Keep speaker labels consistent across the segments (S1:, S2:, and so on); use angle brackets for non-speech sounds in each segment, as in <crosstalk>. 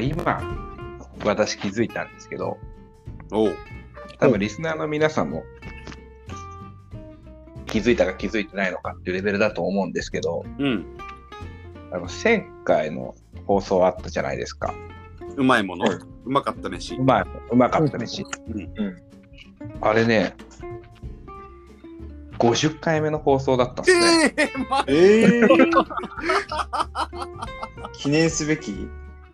S1: 今、私気づいたんですけど、
S2: おう。
S1: 多分リスナーの皆さんも、気づいたか気づいてないのかっていうレベルだと思うんですけど、
S2: うん。
S1: あの、前回の放送あったじゃないですか。
S2: うまいもの。
S1: うん
S2: うまかった飯
S1: う。まい、うまかったですし。
S2: うん
S1: うんあれね、50回目の放送だったんですね。
S2: ええー、ま
S3: ええ記念すべき
S1: <laughs>
S3: い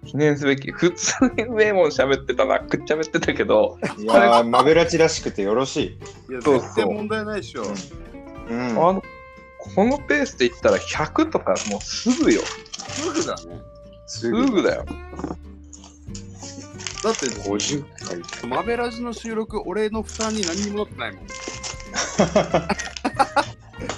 S1: 記念すべき、普通にうめえもん喋ってたな、くっちゃべってたけど、
S3: やー、マベラチらしくてよろしい。
S2: いや、
S1: そう
S2: 絶対問題ないでしょ。
S3: うん。
S1: あのこのペースで言ったら100とかもうすぐよ。
S2: すぐだね。
S3: す
S1: すぐだよ。
S2: だって、
S3: 50回。
S2: マベラジの収録、俺の負担に何にもなってないもん。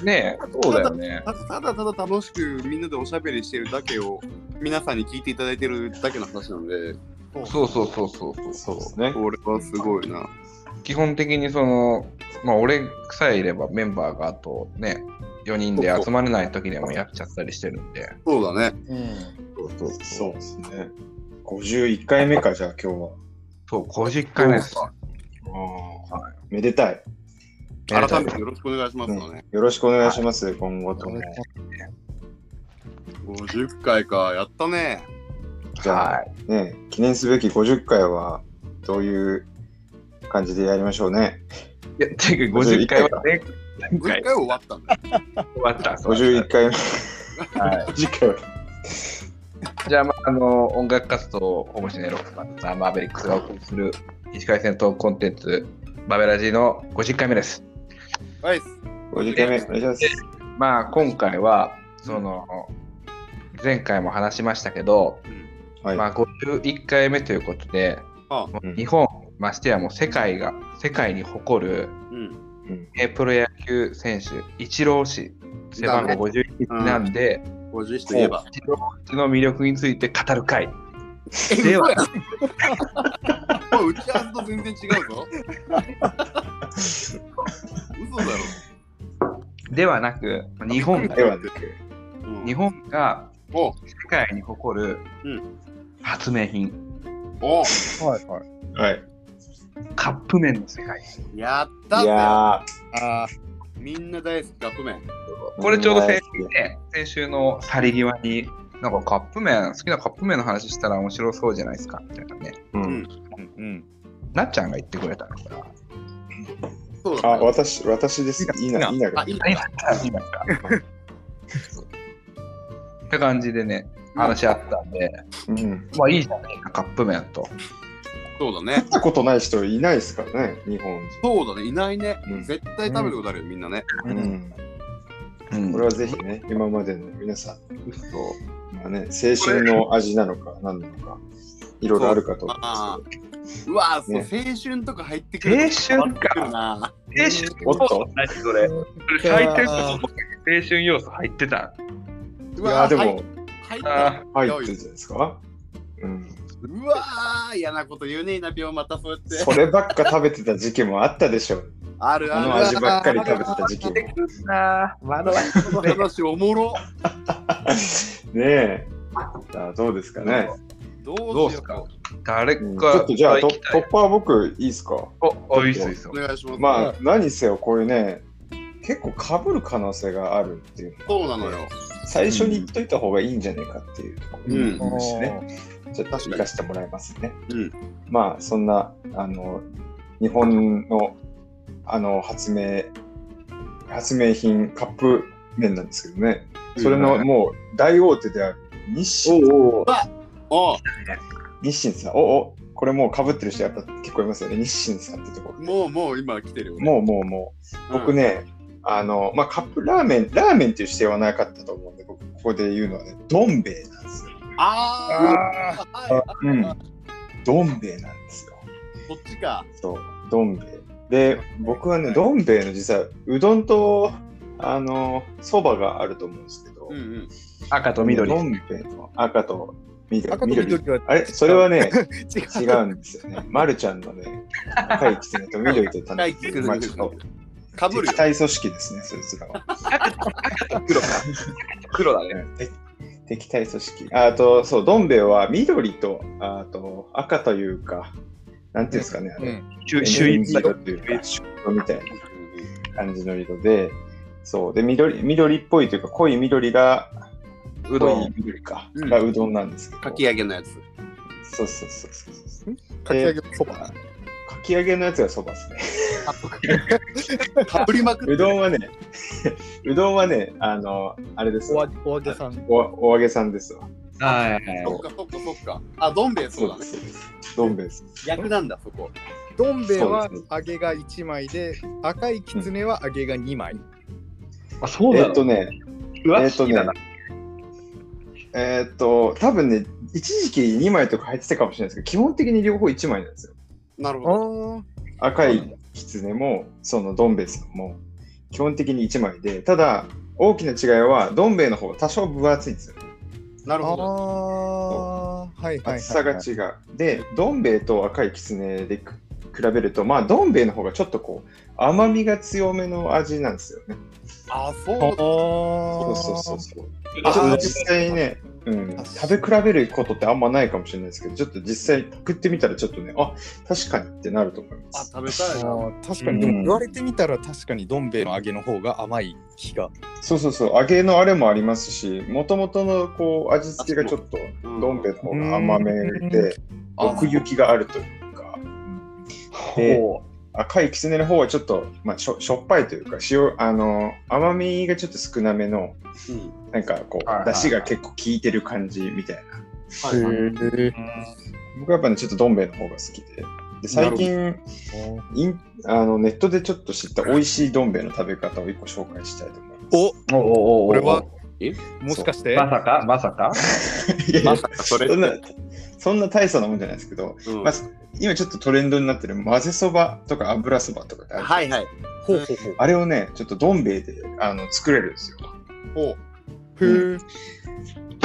S1: ねえ、そうだよね。
S2: ただただただ楽しくみんなでおしゃべりしてるだけを皆さんに聞いていただいてるだけの話なので、
S1: そうそうそうそう
S3: そ
S1: そう
S3: で
S1: う。
S3: すね。
S2: 俺はすごいな。
S1: 基本的にその、まあ、俺さえいればメンバーがあとね、4人で集まれない時でもやっちゃったりしてるんで。
S2: そうだね。
S3: うん。
S1: そうそう
S3: そうですね。51回目か、じゃあ今日は。
S1: そう、50回目です。
S3: めでたい。
S2: 改めてよろしくお願いしますよね。
S3: よろしくお願いします、今後とも。
S2: 50回か、やったね。
S3: じゃあ、
S1: はい。
S3: ね、記念すべき50回は、どういう感じでやりましょうね。
S1: いや、ていうか50回はね、
S2: 50
S1: 今回
S2: 回終わったんだ。
S1: 終わった。そう
S3: 51回目。
S1: はい。
S3: <laughs> 50回は。
S1: じゃあ、まあ、あの音楽活動を保護しないロックバンドザ・マーベリックスがお送りする石川戦闘コンテンツマベラジの50回目です。
S2: はいっす。
S3: 50回目、お願いします。
S1: まあ今回はその、前回も話しましたけど、
S3: はい。
S1: まあ、51回目ということで、
S2: あ
S1: もう
S3: うん
S1: 日本ましてやもう世界が世界に誇る
S2: うん。
S1: えープロ野球選手イチロー氏背番号51なんで、
S2: 50といえば。
S1: イチロー氏の魅力について語る会で
S2: 嘘
S1: は
S2: やん。これ打ち合わせと全然違うぞ。嘘だろ。
S1: ではなく日本が
S3: ではなく、
S2: うん
S1: 日本が
S2: お
S1: 世界に誇る
S2: うん
S1: 発明品、
S2: お
S3: はい。
S1: カップ麺の世界
S2: やった
S3: い
S2: ぜ
S3: や
S2: あーみんな大好きカップ麺。
S3: ー、
S1: これちょうど
S3: ね
S1: 先週ね先週の去り際になんかカップ麺好きなカップ麺の話したら面白そうじゃないですかみたいなね
S3: うん。
S2: うん
S1: なっちゃんが言ってくれたのかな
S2: うん。そうだ
S3: あ、
S2: ね。
S3: 私、私です。いいな、いいな。
S2: あ、いいね
S1: 今から今からって感じでね話し合ったんで、
S3: うん。
S1: まあいいじゃないかカップ麺と
S2: そうだね
S3: 食っ。たことない人いないですからね、日本
S2: そうだね。いないね
S3: う。ん
S2: 絶対食べることあるよ、みんなね。
S3: 人。うん。
S1: うん
S3: これはぜひね、今までの皆さん、
S1: そう
S3: まあね、青春の味なのか何なのか、いろいろあるかと思うんです
S2: うわーそう、
S3: ね
S2: 青春とか入ってくると。
S1: 青春か
S2: 変わって
S1: 青春
S3: おっと
S1: 何それそれ入ってると思ったけど青春要素入ってた
S2: く
S3: け
S2: る
S3: ど。
S2: ないー
S3: や、で
S2: 入っ
S3: も、
S2: 入っ
S1: あ
S2: 入
S3: 入
S2: っ
S3: って
S2: る
S3: てるじゃないですか。うん。
S2: うわー嫌なこと言うねえなピオまたそうやって
S3: そればっか食べてた時期もあったでし <laughs> ょ。
S2: ある
S3: あ
S2: ある
S3: の味ばっかり食べてた時 <laughs> 期も。ね
S1: なまだ
S2: この話おもろ
S3: え。さあどうですかね。
S2: ど
S1: ど
S2: う
S1: う
S2: し
S1: す
S2: よ
S1: か
S2: う
S1: 誰
S3: うんち
S1: か
S3: ょっとじゃあ、
S1: 行
S3: ト
S1: きた
S3: ッ
S1: い
S3: プは僕、いいですか。
S1: おおいいっすよいいっすよ
S2: お願いします
S3: まあ、何せよ、こういうね、結構かぶる可能性があるっていう
S2: そうなのよ
S3: 最初に言っといた方がいいんじゃないかっていうところ
S2: うん
S3: もあるしね、ちょっと生かしてもらいますね。
S2: うん
S3: まあそんなあの日本のあの発明発明品カップ麺なんですけどね、それのもう大大手である日清
S1: おお
S2: おう
S3: 日清さん、おおこれもうかぶってる人やっぱ結構いますよね、日清さんってところ。
S2: もうもう今来てるよ
S3: もうもうもう、僕ね、あのまあ、カップラーメン、ラーメンっていう指定はなかったと思うんで、僕、ここで言うのはね、どん兵衛なんですよ。
S1: あ
S2: あーあはい
S3: うん、どん兵衛なんですよ。
S2: こっちか
S3: そう、どん兵衛。で、僕はね、どん兵衛の実は、うどんと、あの、そばがあると思うんですけど、
S2: うんう
S1: ー
S2: ん
S1: 赤と緑
S3: どん兵衛の赤と緑。
S4: 赤と緑
S3: 緑
S4: は
S3: あれそれは
S4: <laughs>
S3: ね、
S2: 違
S3: 違うんですよね。まるちゃんのね、赤い狐と緑と
S2: 赤
S3: 種
S2: い狐
S3: まあちょっと
S2: かぶるよ
S3: 敵対組織ですね、そいつらは。
S1: 黒か黒だね
S3: 敵敵対組織。ああと、そう、どん兵衛は緑とあと赤というか、なんていうんですかね、あれ、
S1: 周
S3: 周
S1: 周囲
S3: 囲色というか、色みたいな感じの色で、そう、で、緑緑っぽいというか、濃い緑が、
S1: うど
S3: 濃い
S1: ん。
S3: 緑か、
S2: うん
S3: がうどんなんですけど、
S2: かき揚げのやつ。
S3: そうそうそうそうそう。
S4: かき揚げのそば。
S3: かき揚げのやつがそばですね。 <laughs>
S2: かぶりまく
S3: う
S2: って
S3: どんはね、 <laughs> うどんはね、あの、あれです
S4: お
S3: わ
S4: わお揚げさん。
S3: おお揚げさんですわ。
S1: はいはい
S2: そっかそっかそっか。あ、どん兵衛そうだね。
S3: そうです。どん兵衛です。
S2: 逆なんだ、そこ。
S4: どん兵衛は
S3: そうです
S4: 揚げが1枚で、赤いきつねは揚げが2枚。
S1: あ、そう
S3: え
S1: な
S3: っと
S1: の
S3: ね、
S1: うわ
S3: えっ
S1: 好
S3: と
S1: きだ
S3: ね
S1: な。、
S3: えっと、多分ね、一時期2枚とか入ってたかもしれないですけど、基本的に両方1枚なんですよ。
S2: なるほど。
S4: あ
S3: 赤いきつねも、そのどん兵衛さんも、基本的に1枚で、ただ、大きな違いは、どん兵衛の方は多少分厚いんですよ。
S2: な
S4: あ
S2: るほど。
S4: ー、はいはいはいはい。
S3: 厚さが違う。で、どん兵衛と赤いきつねでく比べると、まあ、どん兵衛の方がちょっとこう、甘みが強めの味なんですよね。
S2: あ、そう
S4: あ
S2: だ。
S3: そ
S4: ー
S3: うそうそうそう。ちょ
S2: あ
S3: っ
S2: ー
S3: と実際にね、うん、食べ比べることってあんまないかもしれないですけど、ちょっと実際食ってみたらちょっとね、あ確かにってなると思いま
S2: あ、
S3: す。
S2: 食べたいな。
S4: あー確かに、で
S3: うん
S4: も言われてみたら確かにどん兵衛の揚げの方が甘い気が。
S3: そうそうそう、揚げのあれもありますし、もともとのこう味付けがちょっと
S2: うん
S3: どん兵衛の方が甘めで、
S2: うん
S3: 奥行きがあるというか、で
S1: ほ
S3: 赤いきつねの方はちょっと、まあ、しょしょっぱいというか、塩、あの、甘みがちょっと少なめの、
S2: うん
S3: なんかこ
S1: はいは
S3: う、
S1: いはい
S3: 出汁が結構効いてる感じみたいな。
S2: はいはい。
S1: ううん
S3: 僕はやっぱね、ちょっとどん兵衛の方が好きで。で最近インあの、ネットでちょっと知った美味しいどん兵衛の食べ方を一個紹介したいと思います。
S4: お
S1: おおおお
S4: これは
S2: え
S4: もしかして
S1: まさかまさか
S3: いやい
S2: <laughs>
S3: や
S2: まさかそれ
S3: そんな、そんな大層なもんじゃないですけど、
S2: うん
S3: まあ今ちょっとトレンドになってる混ぜそばとか油そばとかってある、
S2: はいはい。
S4: ほうほうほう。
S3: あれをね、ちょっとどん兵衛であの作れるんですよ。
S2: ほ
S4: ふー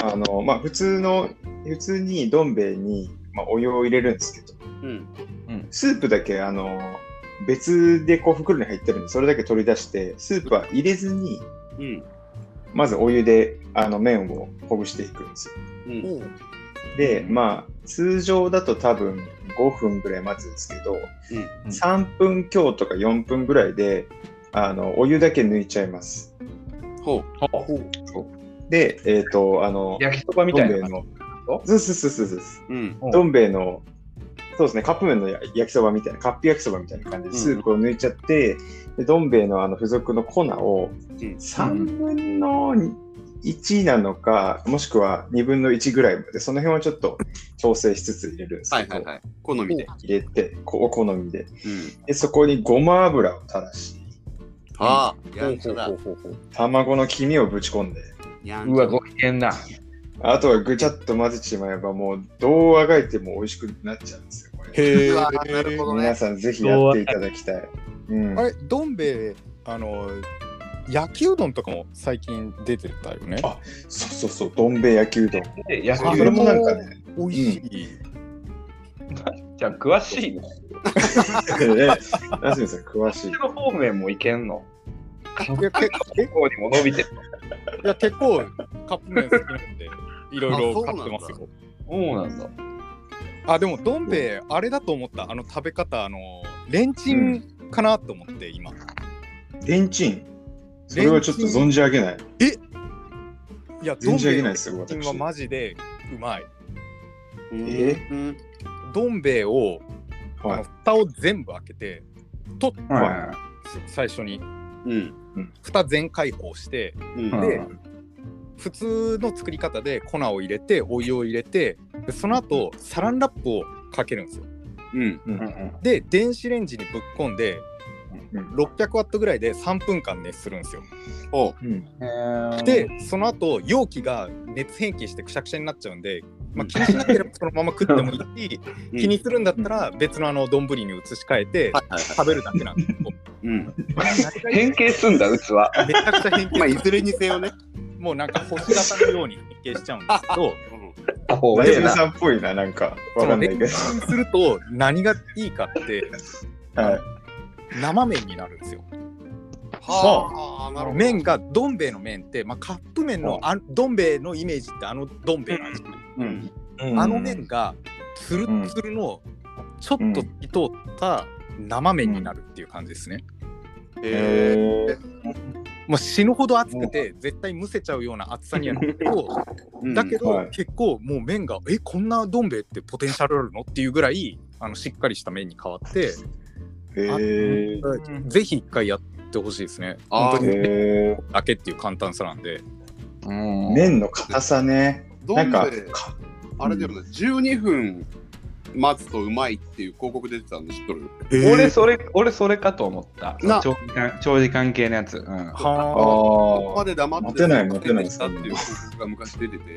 S3: あの、まあ普通の、普通にどん兵衛に、まあ、お湯を入れるんですけど、
S2: う。うん。
S3: スープだけあの別でこう袋に入ってるんで、それだけ取り出して、スープは入れずに、
S2: うん。
S3: まずお湯であの麺をほぐしていくんですよ。
S2: うん。
S4: おう
S3: で、まあ、通常だと多分5分ぐらい待つんですけど、
S1: うん
S3: 3分強とか4分ぐらいで、あの、お湯だけ抜いちゃいます。
S2: ほ
S1: ほう
S3: で、えっ、と、あの、
S1: 焼きそばみたい
S3: どん兵
S1: な
S3: 衛の
S1: こ、
S3: そうそうそうそうそう
S2: う。うん。
S1: うん
S3: どん兵衛の、そうですね、カップ麺のや焼きそばみたいな、カップ焼きそばみたいな感じで、
S2: うん
S3: スープを抜いちゃって、でどん兵衛のあの付属の粉を
S2: うん
S3: 3分の1なのか、もしくは2分の1ぐらいまで、その辺はちょっと調整しつつ入れるんです
S2: は
S3: け
S2: い
S3: ど、
S2: はいはい。好みで。
S3: 入れて、こお好みで。
S2: うん。
S3: で、そこにごま油を垂らし、
S2: ああ、
S4: ほ
S2: や
S4: うん
S2: ち
S4: ほ
S2: ゃ
S4: う
S2: だ
S4: ほう。ほうほう。
S3: 卵の黄身をぶち込んで、
S2: やん
S1: う
S2: ち
S1: わ
S2: ゃだ
S1: ご機嫌な
S3: あとはぐちゃっと混ぜてしまえば、もうどうあがいても美味しくなっちゃうんですよ、これ。
S4: へ
S2: う
S4: ー
S2: わなるほど
S3: 皆
S2: ね。
S3: さんぜひやっていただきたい。うん
S4: あ、れ、どん兵衛、あの、焼きうどんとかも最近出てたよね。
S3: あそうそうそう、どん兵衛焼きうどん。
S1: で焼
S3: そ
S1: き
S4: あ
S1: そ
S3: れ
S1: ば
S3: もなんかね、
S4: 美味しい。
S1: じゃあ詳しいね
S3: なすみさん詳しい
S1: そっち。の方面もいけんの
S4: いやけえ
S1: こうにも伸びてる
S4: いや結構カップ麺好きなんで、いろいろ買ってます
S2: あそ
S4: よ。
S1: そうなんだ
S4: あ、でも、どん兵衛、あれだと思った。あの食べ方、あの、レンチンかなと思って、今。
S3: レンチン。それはちょっと存じ上げない。
S4: いや、ど
S3: 存
S4: ん
S3: じ上
S4: 兵衛
S3: げない
S4: の
S3: ですよ、
S4: レンチン
S3: 私
S4: は。マジでうまい。
S3: え
S2: うん。
S4: どん兵衛を、あ
S3: は
S4: の
S3: い。
S4: 蓋を全部開けて、
S1: は
S4: 最初に、
S2: うん。
S4: 蓋全開放して、
S2: うん。
S1: い
S4: で普通の作り方で粉を入れてお湯を入れてでその後サランラップをかけるんですよ
S2: うん。
S3: うん
S1: うんうん
S4: で電子レンジにぶっ込んで
S3: うん
S4: 600ワットぐらいで3分間熱するんですよ
S2: ほう。
S3: うん
S4: でその後容器が熱変形してくしゃくしゃになっちゃうんで、まあ、気にしなければそのまま食ってもいいし
S2: うん
S4: 気にするんだったら別のあの丼に移し替えて
S2: はいはいは
S4: 食べるだけなんですけど
S2: い。うん。
S1: 変形すんだ器
S4: めちゃくちゃ変形
S2: まあ、いずれにせよね。
S4: もうなんか星型のように変形しちゃうんですけど
S1: あほう
S3: な
S1: ええ
S3: すみ
S1: な
S3: さんっぽいな、なんか。わ
S4: そ
S3: か
S4: の
S3: んな
S4: レ
S3: い
S4: ン
S3: け
S4: チン
S3: ど。
S4: すると何がいいかって
S3: はい。
S4: 生麺になるんですよ。
S2: はあ、なるほど。
S4: 麺がどん兵衛の麺って、まあ、カップ麺のあどん兵衛のイメージってあのどん兵衛なんですよ、
S2: うん。
S4: あの麺がつるつるのちょっと透き通った生麺になるっていう感じですね、
S2: え
S3: え
S4: もう死ぬほど熱くて絶対むせちゃうような熱さにはなるけど
S2: ー
S4: だけど、
S3: はい
S4: 結構もう麺がえこんなどん兵衛ってポテンシャルあるのっていうぐらいあのしっかりした麺に変わって、
S3: え
S4: ぜひ一回やってほしいですね
S2: あー
S4: 本当に
S3: え
S4: だけっていう簡単さなんで
S1: うん
S3: 麺の硬さね
S2: ど
S3: なんん
S2: 兵
S3: か
S2: 衛あれだよね、12分待つとうまいっていう広告出てたの知っとる
S1: 俺それ、俺それかと思った。
S2: な
S1: 長時間長時間系のやつ。 <laughs> うん
S3: あ
S4: は
S2: ここま
S3: あ
S2: で黙って
S3: 待てない待てない
S2: 出てきたっていう広告が昔出てて、
S4: へ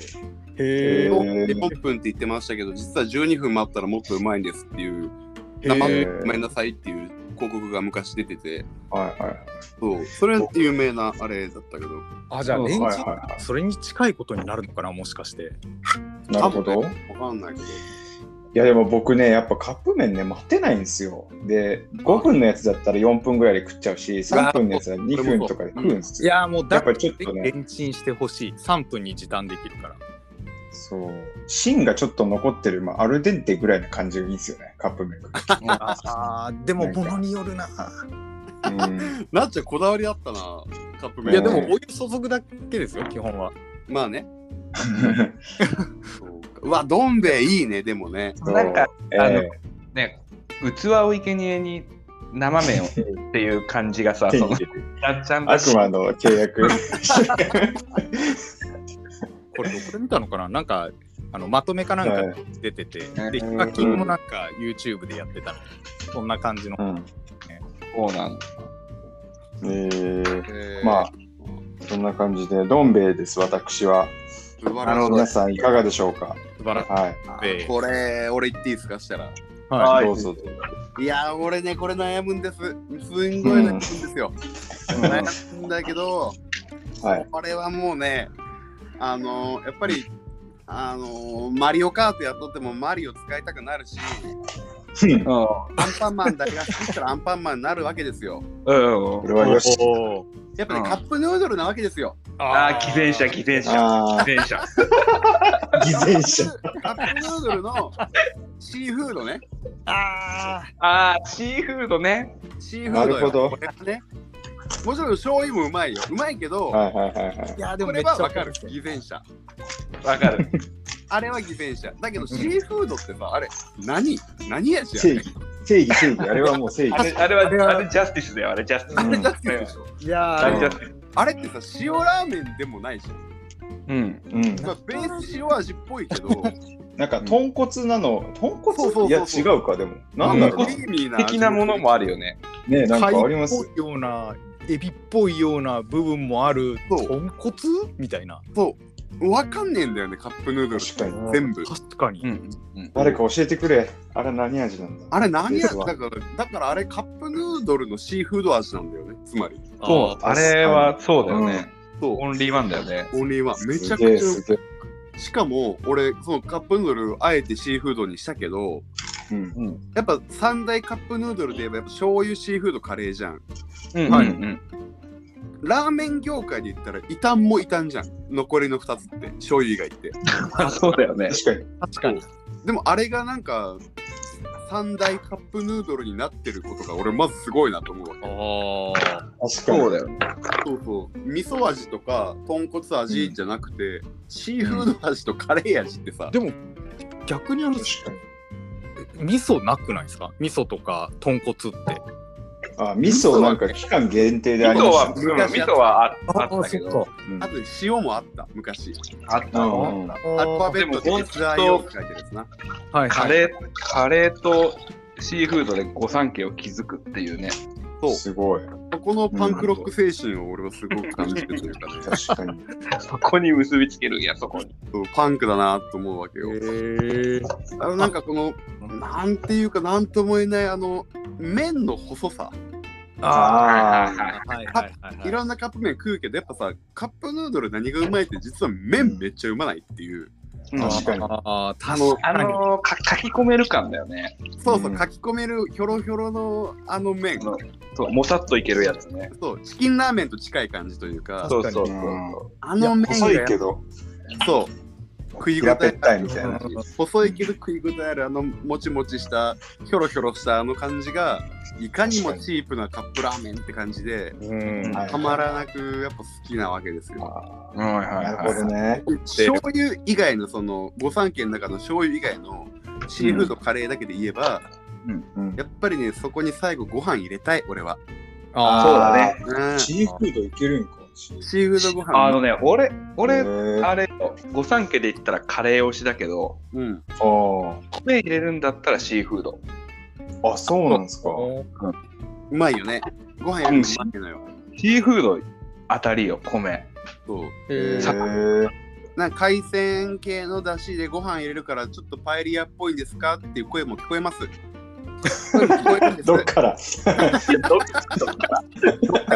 S3: え
S2: 1分って言ってましたけど、実は12分待ったらもっとうまいんですっていう、生でごめんなさいっていう広告が昔出てて、
S3: はいはい
S2: そう、それ有名なあれだったけど、
S4: あじゃあレンジ、
S3: はいはいは
S4: それに近いことになるのかなもしかして
S3: いなるほど
S2: わかんないけど。
S3: いやでも僕ね、やっぱカップ麺ね、待てないんですよ。で、5分のやつだったら4分ぐらいで食っちゃうし、3分のやつは2分とかで食うんです
S4: い
S3: よ。
S4: やもう
S3: や
S4: だ
S3: っぱりちょっとね、
S4: レンチンしてほしい3分に時短できるから
S3: そう、芯がちょっと残ってる、まあ、アルデンテぐらいの感じがいいんですよね、カップ麺
S4: あーでもものによるな
S3: が。うん、
S2: なっちゃんこだわりあったな、カップ
S3: うん
S4: い
S2: 麺。
S4: やでもお湯注ぐだけですよ基本は
S2: まあね。そうかうわ、どん兵衛いいね、でもね。
S3: そ
S1: <laughs>
S3: う
S1: なんか、
S3: え
S1: あの
S3: え
S1: ね、器を生贄に生麺をっていう感じが
S3: <laughs>
S1: さ、
S3: 手
S1: そ
S3: に
S1: の
S3: 入れる
S1: ちゃんと
S3: 悪
S1: し
S3: 魔の契約。
S4: これどこで見たのかななんかあのまとめかなんか
S3: はい
S4: に出てて、
S1: うん
S4: でヒカキンもなんか YouTube でやってたのそんな感じの、
S3: うん
S1: そうなんだ。
S3: えー
S2: えー
S3: まあ、そんな感じで、どん兵衛です、私は。
S2: 素
S1: な
S2: 晴ら
S1: る
S2: し
S1: ほど
S3: 皆さん、いかがでしょうか。
S4: 素晴らし
S3: はい、
S4: で
S2: い。これ、俺言っていいですかしたら。
S4: はい
S3: どうぞ。
S2: いやー、俺ね、これ悩むんです。すんごい悩むんですよ。悩むんだけど、
S3: はい、
S2: これはもうね、あのー、やっぱり、あのー、マリオカートやっとってもマリオ使いたくなるし、アンパンマンだけが好きだったらアンパンマンになるわけですよ。
S1: うん。
S3: こ
S1: う
S3: れ
S1: ん。
S3: はよし。
S4: おー
S2: やっぱり、
S1: うん
S2: カップヌードルなわけですよ。
S1: ああ、偽善者、偽善者。
S3: あ
S1: 偽善者。
S3: あ、偽善者。
S2: カップヌードルのシーフードね。
S4: あ
S1: ああ、シーフードね。
S2: シーフードよ
S3: なるほど
S2: これはね。もちろん醤油もうまいよ。うまいけど、
S3: はいはいはいはい
S4: ー。いやで
S2: こ
S4: も
S2: れ
S4: めっちゃ
S2: はわかる。
S4: る
S2: 偽善者。
S1: わか <laughs> る。
S2: あれは偽善者。だけど、シーフードってさ、あれ、何何やしや
S3: 正義、正義、正義、あれはもう正
S1: あ
S3: 義。
S1: れ、あれは、あれ、ジャスティスだよ、あれ、ジャスティ
S2: あ
S1: ス。
S2: れだってでしょ。
S4: いや
S1: あ
S4: ー
S1: れ、ジャスティス。
S2: あれってさ、塩ラーメンでもないじゃん。
S1: うん。
S3: うん、
S2: まあ、ベース塩味っぽいけど、
S3: なんか豚骨なの、豚骨
S2: そうそうそうそう
S3: いや違うかでも、なんだろう
S2: ク
S3: な
S2: リーミーな味
S1: 的なものもあるよね。
S3: ねなんかありま
S4: 貝っ
S3: す。
S4: ぽいようなエビっぽいような部分もある
S2: そう
S4: 豚骨みたいな
S2: そう。わかんねえんだよね、カップヌードル。
S3: 確かに
S2: 全部。
S4: 確かに、
S1: うん。うん
S3: 誰か教えてくれ。あれ何味なんだ。
S2: あれ何や
S3: そう
S2: だから、だからあれカップヌードルのシーフード味なんだよね。つまり。
S1: そう、あれはそうだよね。
S2: そう。
S1: オンリーワンだよね。
S2: オンリーワン。めちゃ
S3: すげ
S2: く
S3: え
S2: ちゃ
S3: すげえ。
S2: しかも俺そのカップヌードルあえてシーフードにしたけど
S3: うん。
S1: うん。
S2: やっぱ三大カップヌードルで言えばやっぱ醤油シーフードカレーじゃん
S1: うん。
S4: はい
S1: うん。
S2: ラーメン業界で言ったら異端も異端じゃん残りの2つって醤油以外って
S1: あ、そうだよね。
S3: 確かに。
S4: 確かに
S2: でもあれがなんか三大カップヌードルになってることが俺まずすごいなと思うわ
S4: あー
S3: 確かに。
S1: そうだよね。
S2: そうそう味噌味とか豚骨味じゃなくて、シーフード味とカレー味ってさ、
S4: でも逆にあの
S3: 確かに。
S4: 味噌なくないですか味噌とか豚骨って
S3: あ、味噌なんか期間限定
S1: 味
S3: であり
S1: 噌
S3: ま
S1: は、
S3: し
S1: う
S3: た
S1: ん
S3: ね。
S1: 味噌はああ
S4: あ
S1: ったけど。
S3: うん
S2: あと塩もあった昔
S1: あった
S3: うん
S1: の
S2: アルファベットで
S1: でも
S2: 別愛用って書いてるやつな
S4: はい
S1: カ
S4: はい
S1: レー、カレーとシーフードで御三家を築くっていうね。
S2: そう
S3: すごい。
S2: そこのパンクロック精神を俺はすごく感じてるというかね、
S3: 確かに。
S1: そこに結びつけるんや、そこに。
S2: そうパンクだなと思うわけよ。
S4: へー
S2: あのなんかこの、なんていうか、なんとも言えない、あの、麺の細さ、
S4: あ
S3: ああ。
S4: ーはいはいはい
S2: い
S4: はい
S2: ろんなカップ麺食うけど、やっぱさ、カップヌードル何がうまいって、実は麺めっちゃうまないっていう、
S3: 確かに
S4: あー
S2: あの
S4: 確
S1: あ
S4: かに。
S1: のーか書き込める感だよね。
S2: そうそうう、
S3: ん
S2: 書き込めるひょろひょろのあの麺、
S1: うんそう、もさっといけるやつね。
S2: そう、チキンラーメンと近い感じというか、
S1: そうそうそう
S3: 確かにうん
S2: あ
S3: いや
S2: の麺が
S3: 細いけど
S2: そう、食い応え
S3: 平べったいみたいな
S2: 細いけど食い応えあるあのもちもちしたひょろひょろしたあの感じがいかにもチープなカップラーメンって感じで
S4: うん
S3: はい
S2: たまらなくやっぱ好きなわけですよ。
S3: あ
S1: うん、はい
S3: ー
S1: はい、
S3: な
S1: は
S3: るほど
S1: い。
S3: ね
S2: 醤油以外のその御三家の中の醤油以外のシーフードカレーだけで言えば、
S3: うん
S2: やっぱりねそこに最後ご飯入れたい俺は、
S4: あー
S1: そうだね。
S2: うんシ
S3: シーフードいけるんか
S2: ーフードご飯
S1: あのね、俺、
S3: へ
S1: 俺、
S3: ー
S1: あれよ、御三家で言ったらカレー推しだけど、
S2: うん
S3: あー
S1: 米入れるんだったらシーフード。
S3: あそうなんですか
S2: うまいよねご飯よりもうまいのよ、
S1: シーフード当たりよ、米。
S2: そう
S4: へ
S3: へ
S4: ー
S3: ー
S2: なんか海鮮系の出汁でご飯入れるからちょっとパエリアっぽいですかっていう声も聞こえます。声も聞こえるんです
S3: どっから
S2: だか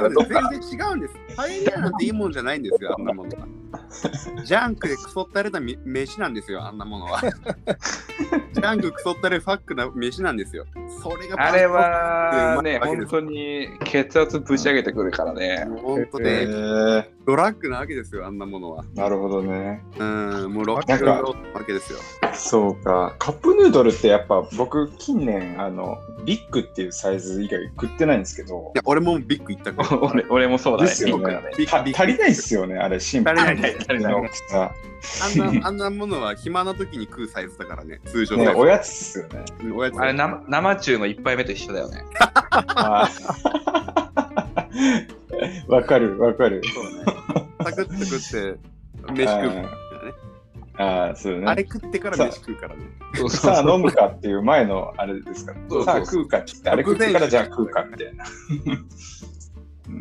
S2: らね全然違うんです。パエリアなんていいもんじゃないんですよ、あんなものは。ジャンクでクソったれたみ飯なんですよ、あんなものは。ジャンククソったれファックな飯なんですよ。それが
S1: あれは
S2: うまい
S1: ね、
S2: わけで
S1: 本
S2: す
S1: 当に血圧ぶち上げてくるからね。
S2: 本当
S3: へ
S2: ね、
S3: ー
S2: ドラッグなわけですよ、あんなものは。
S3: なるほどね
S2: うん、もうロックンロールなわけですよ。
S3: そうかカップヌードルってやっぱ僕近年あのビッグっていうサイズ以外食ってないんですけど
S2: いや、俺もビッグ行ったから。
S1: 俺俺もそうだ
S3: で
S1: ね。
S3: す
S1: <laughs>
S3: よ
S1: ピンクだ
S3: ね
S1: ね
S2: ビッグ
S3: た足りないっすよねあれシンプル
S2: 足りない
S1: 足りない
S3: の大きさ
S2: あんなあんなものは暇な時に食うサイズだからね、通常
S3: ね
S2: サイズ
S3: おやつっすよね
S2: うんおやつ
S1: あれ生生中の一杯目と一緒だよね。
S3: あー <laughs> わかるわかる
S2: そうね。サクッと食って、飯食う、ね。
S3: あーあーそうね
S2: あれ食ってから飯食うからね。
S1: そう
S3: さあ飲むかっていう前のあれですから
S1: そうそう
S3: さあ食うかって言ってあれ食ってからじゃあ食うかみたいな。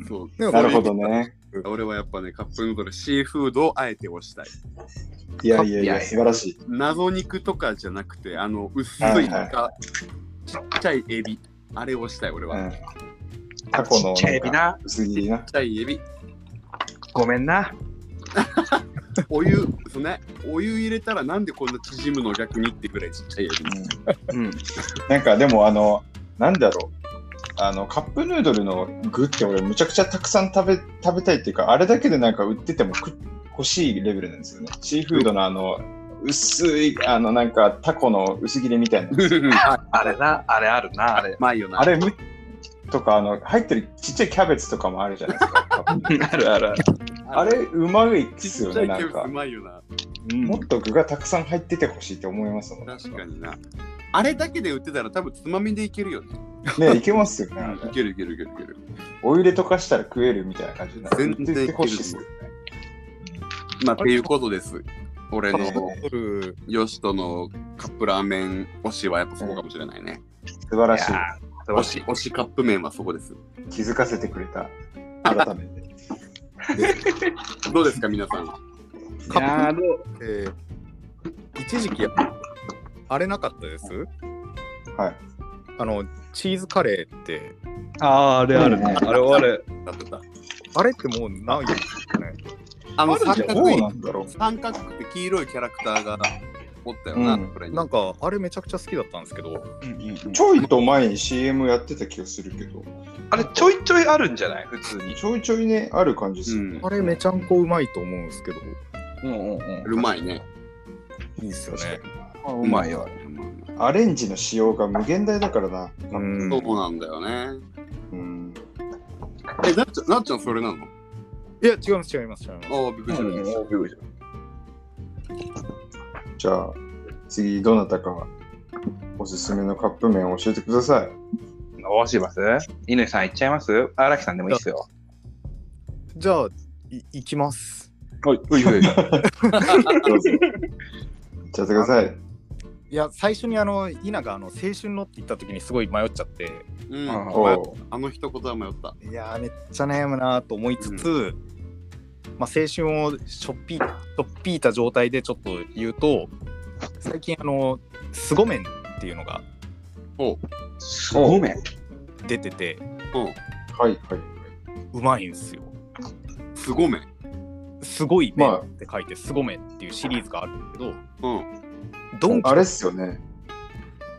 S2: そう。
S4: でも
S3: なるほどね。
S2: 俺はやっぱね、カップヌードル、シーフードをあえて押したい。
S3: いやいやい
S1: いやい
S3: や
S1: や
S3: 素晴らしい。
S2: 謎肉とかじゃなくて、あの、薄
S3: はい
S2: い
S3: は
S2: ないんか、ちっちゃいエビ。あれをしたい、俺
S3: う
S2: は。ちっ
S3: ん。タコ
S1: ちっ
S3: の
S1: ちゃいエビ
S3: なん
S1: な。
S3: か薄切りな。
S2: ちゃいエビ。
S1: ごめんな。
S2: お湯、そうね。お湯入れたらなんでこんな縮むの逆にってぐらいちっちゃいエビ。
S3: うん
S1: うん。
S3: なんかでもあのなんだろう。あのカップヌードルの具って俺むちゃくちゃたくさん食べ食べたいっていうかあれだけでなんか売ってても食欲しいレベルなんですよね。シーフードのあの薄いあのなんかタコの薄切りみたいな。 <laughs>
S2: あ
S1: あれな、あれあるな、あれ
S2: <laughs> う。まいよな。
S3: あれむとかあの入ってるちっちゃいキャベツとかもあるじゃないですか。カップヌードル
S1: あるあるある。
S3: あれ、うまいっ
S2: ちっ
S3: す
S2: ち
S3: よ
S2: ゃ
S3: ね、
S2: い
S3: な
S2: ケ
S3: ん
S2: ース
S3: か
S2: う。まいよな。
S3: もっと具がたくさん入っててほしいって思いますもん。
S2: 確かにな。あれだけで売ってたら多分つまみでいけるよね。
S3: ね、いけますよね。あれ
S2: いけるいけるいけるいける。
S3: お湯で溶かしたら食えるみたいな感じにな
S2: 全然いける
S3: 売ってほしいっすよね。
S2: まあ、っていうことです。俺
S4: カップ
S2: の
S4: ヌードル
S2: ヨシトのカップラーメン推しはやっぱそこかもしれないね。
S3: 素晴らし
S1: いや
S3: い。
S1: 素晴
S2: 推
S1: らし
S2: し
S1: い。
S2: 推しカップ麺はそこです。
S3: 気づかせてくれた。改めて。
S2: どうですか、皆さん。
S4: カ
S1: いや
S4: ッ
S1: ーどう
S4: プヌードルって一時期あれなかったです
S3: はい。
S4: あのチーズカレーって
S1: あーあれあるね。あれある。
S2: だってた
S4: あれってもうないですよね。
S2: あの
S3: あ
S2: 三
S3: るじゃん
S2: 角
S3: どう
S2: い
S3: なんだろう。
S2: 三角くて黄色いキャラクターがおったよな、
S3: うん
S2: これに
S4: なんかあれめちゃくちゃ好きだったんですけど、
S3: ちょいと前に CM やってた気がするけど、
S1: あれちょいちょいあるんじゃない普通に。
S3: ちょいちょいね、ある感じす
S2: う
S3: る。
S2: ん、
S4: あれめちゃんこうまいと思うんですけど、
S1: うんうんうん。
S2: うまいね。
S4: いいっすよね。
S1: あうまいよ。
S2: うん
S3: アレンジの仕様が無限大だからな。
S4: うん
S2: そうなんだよね。
S3: うん。
S2: え、なっちゃん、なっちゃんそれなの
S4: いや、違います、違います、違います。
S2: ああ、びっくりした。
S3: じゃあ、次、どなたかおすすめのカップ麺を教えてください。
S1: どうします犬さん行っちゃいます荒木さんでもいいっすよ。
S4: じゃあ、い行きます。
S1: はい、ういい。
S3: どうぞ。ちゃってください。
S4: いや、最初にあの、稲があの青春のって言った時にすごい迷っちゃって、
S2: うん、
S1: あ
S3: お
S2: あ
S3: う
S2: の一言は迷った。
S4: いやー、めっちゃ悩むなーと思いつつ、まあ、青春をしょっぴしょっぴいた状態でちょっと言うと、最近あの、凄麺っていうのが
S1: すごめん。
S4: 出てて、
S2: うん、
S3: はいはい。
S4: うまいんですよ。
S2: すごめん。
S4: すごい麺って書いて、すご麺っていうシリーズがあるんだけど、
S2: うん。
S4: ドンキ
S3: あれっすよね。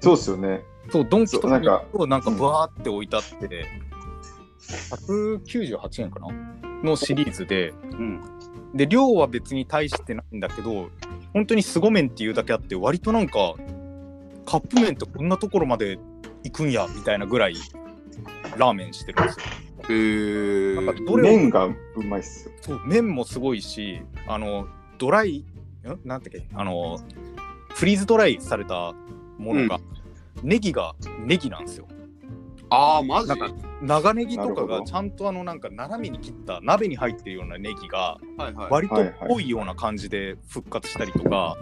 S3: そうっすよね。
S4: そう、ドンキとかに
S3: そうなんか
S4: 行くとなんかブワーって置いてあって、198円かなのシリーズで、
S2: うん。
S4: で、量は別に大してないんだけど、本当に凄麺っていうだけあって、割となんか、カップ麺ってこんなところまで行くんや、みたいなぐらい、ラーメンしてるんですよ。
S2: へえ。
S4: なんかどれを
S3: 麺がうまいっすよ。
S4: そう麺もすごいしあのドライんなんてっけあのフリーズドライされたものが、ネギがネギなんですよ
S2: ああ、マジ
S4: なんか長ネギとか
S3: なるほ
S4: が
S3: ど
S4: ちゃんとあのなんか斜めに切った鍋に入ってるようなネギが
S2: はいはい。
S4: 割とっぽいような感じで復活したりとか